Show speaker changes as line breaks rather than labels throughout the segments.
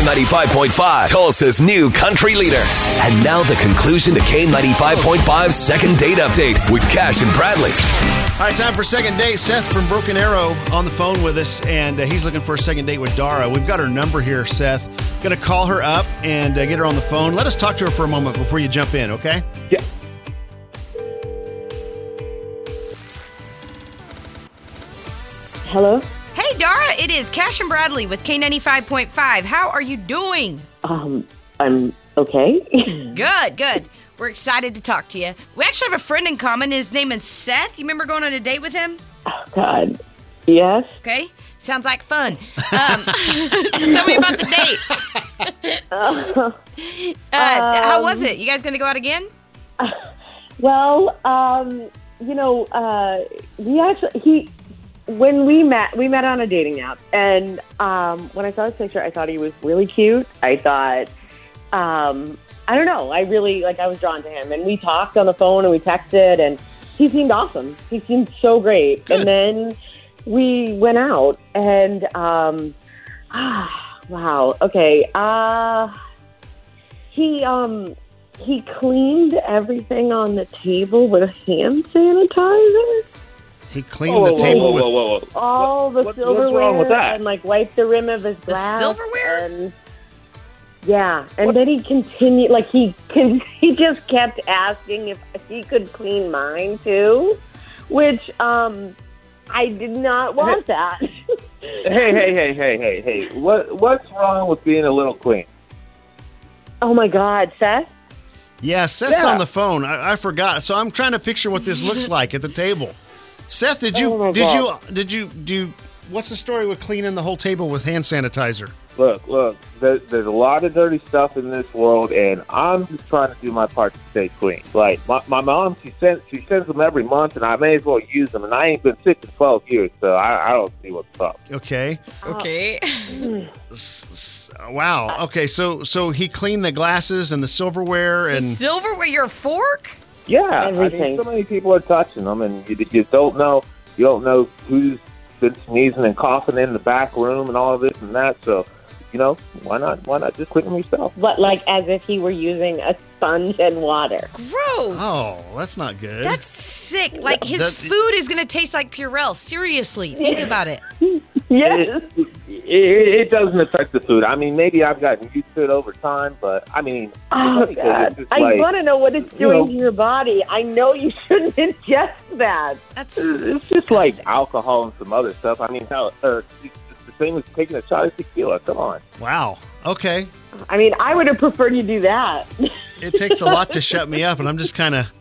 K95.5, Tulsa's new country leader. And now the conclusion to K95.5's second date update with Cash and Bradley.
All right, time for second date. Seth from Broken Arrow on the phone with us, and uh, he's looking for a second date with Dara. We've got her number here, Seth. Going to call her up and uh, get her on the phone. Let us talk to her for a moment before you jump in, okay?
Yeah.
Hello?
Hey, Dara, it is Cash and Bradley with K95.5. How are you doing?
Um, I'm okay.
Good, good. We're excited to talk to you. We actually have a friend in common. His name is Seth. You remember going on a date with him?
God. Yes.
Okay. Sounds like fun. Um, so tell me about the date. Uh, how was it? You guys going to go out again?
Well, um, you know, uh, he actually, he, when we met, we met on a dating app. And um, when I saw his picture, I thought he was really cute. I thought, um, I don't know, I really, like, I was drawn to him. And we talked on the phone and we texted, and he seemed awesome. He seemed so great. And then we went out, and um, wow, okay. Uh, he um he cleaned everything on the table with hand sanitizer.
He cleaned the table with.
whoa, whoa.
All the
what- what's wrong
silverware
with that?
and like wiped the rim of his glass.
silverware?
And, yeah, and then he continued. Like he can, he just kept asking if he could clean mine too, which um I did not want that.
Hey, hey, hey, hey, hey, hey. What what's wrong with being a little clean?
oh my God, Seth.
Yeah, Seth's
Yeah.
on the phone. I, I forgot, so I'm trying to picture what this looks like at the table. Seth, did you
Oh, my
did
God.
you did you do? What's the story with cleaning the whole table with hand sanitizer?
Look, look. There, there's a lot of dirty stuff in this world, and I'm just trying to do my part to stay clean. Like my, my mom, she sends she sends them every month, and I may as well use them. And I ain't been sick in 12 years, so I, I don't see what's up.
Okay.
Okay.
S- s- Wow. Okay. So so he cleaned the glasses and the silverware and
Silver with your fork?
Yeah, I
Everything.
mean, so many people are touching them, and you, you don't know you don't know who's been sneezing and coughing in the back room and all of this and that. So, you know, why not why not just clean them yourself?
But like as if he were using a sponge and water.
Gross.
oh, that's not good.
That's sick. Like his
That-
food is going to taste like Purell. Seriously. Think about it.
Yes.
It, it, it it doesn't affect the food. I mean, maybe I've gotten used to it over time, but I mean,
Oh
it's
God!
just
I
like-
want to know what it's
you
doing
know-
to your body. I know you shouldn't ingest that.
That's
it's just like
disgusting.
alcohol and some other stuff. I mean, how uh, it's the same as taking a shot of tequila. Come on.
wow. Okay.
I mean, I would have preferred you do that.
It takes a lot to shut me up, and I'm just kind of.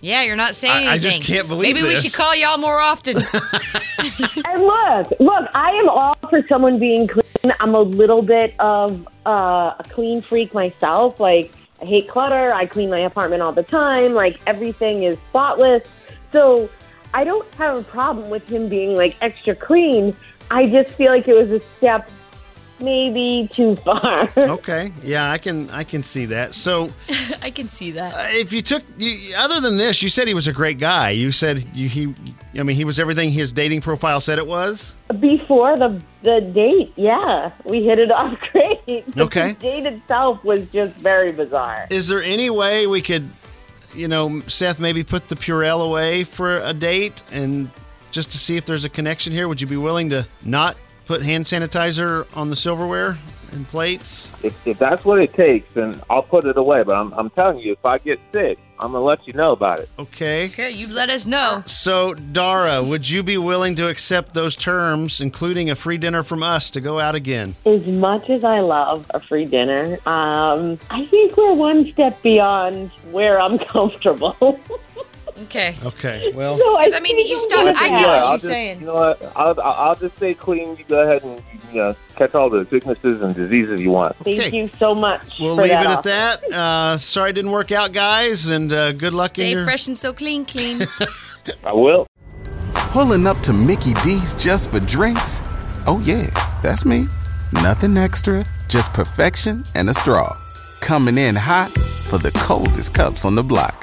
Yeah, you're not saying
I-
anything.
I just can't believe
Maybe we
this.
should call y'all more often.
and look, look, I am all for someone being clean. I'm a little bit of uh, a clean freak myself. Like, I hate clutter. I clean my apartment all the time. Like, everything is spotless. So, I don't have a problem with him being like extra clean. I just feel like it was a step maybe too far.
Okay. Yeah, I can I can see that. So
I can see that.
uh, if you took you, other than this, you said he was a great guy. You said you, he. I mean, he was everything his dating profile said it was.
Before the the date, yeah, we hit it off great. But
Okay.
the date itself was just very bizarre.
Is there any way we could, you know, Seth maybe put the Purell away for a date and just to see if there's a connection here? Would you be willing to not put hand sanitizer on the silverware and plates?
If, if that's what it takes, then I'll put it away. But I'm, I'm telling you, if I get sick, I'm gonna let you know about it.
Okay.
Okay, you let us know.
So, Dara, would you be willing to accept those terms, including a free dinner from us to go out again?
As much as I love a free dinner, um, I think we're one step beyond where I'm comfortable.
Okay.
Okay. Well,
so I,
I mean,
think
you
I'm
stop-
with
I
that.
get what
I'll
she's
just,
saying.
You know what? I'll, I'll, I'll just stay clean. You go ahead and you know, catch all the sicknesses and diseases you want.
Thank
Okay.
you so much.
we'll
for
leave
that
it at
offer.
that. Uh, sorry it didn't work out, guys, and uh, good luck
Stay
in your.
fresh and so clean, clean.
I will.
Pulling up to Mickey D's just for drinks? Oh, yeah, that's me. Nothing extra, just perfection and a straw. Coming in hot for the coldest cups on the block.